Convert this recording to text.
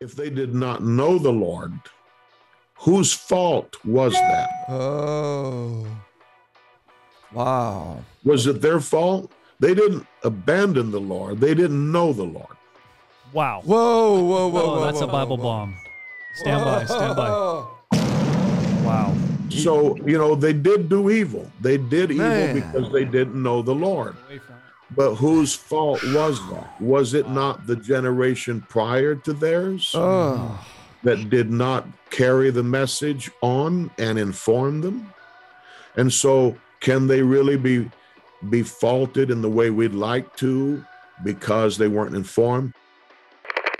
if they did not know the Lord, whose fault was that? Oh. Wow. Was it their fault? They didn't abandon the Lord, they didn't know the Lord. Wow. Whoa, whoa, whoa, Whoa, whoa. that's whoa, Oh. a Bible whoa. bomb. Stand by, stand by. Whoa. Wow. So, you know, they did do evil. They did evil Man. because they didn't know the Lord. But whose fault was that? Was it not the generation prior to theirs Oh. that did not carry the message on and inform them? And so, can they really be be faulted in the way we'd like to because they weren't informed?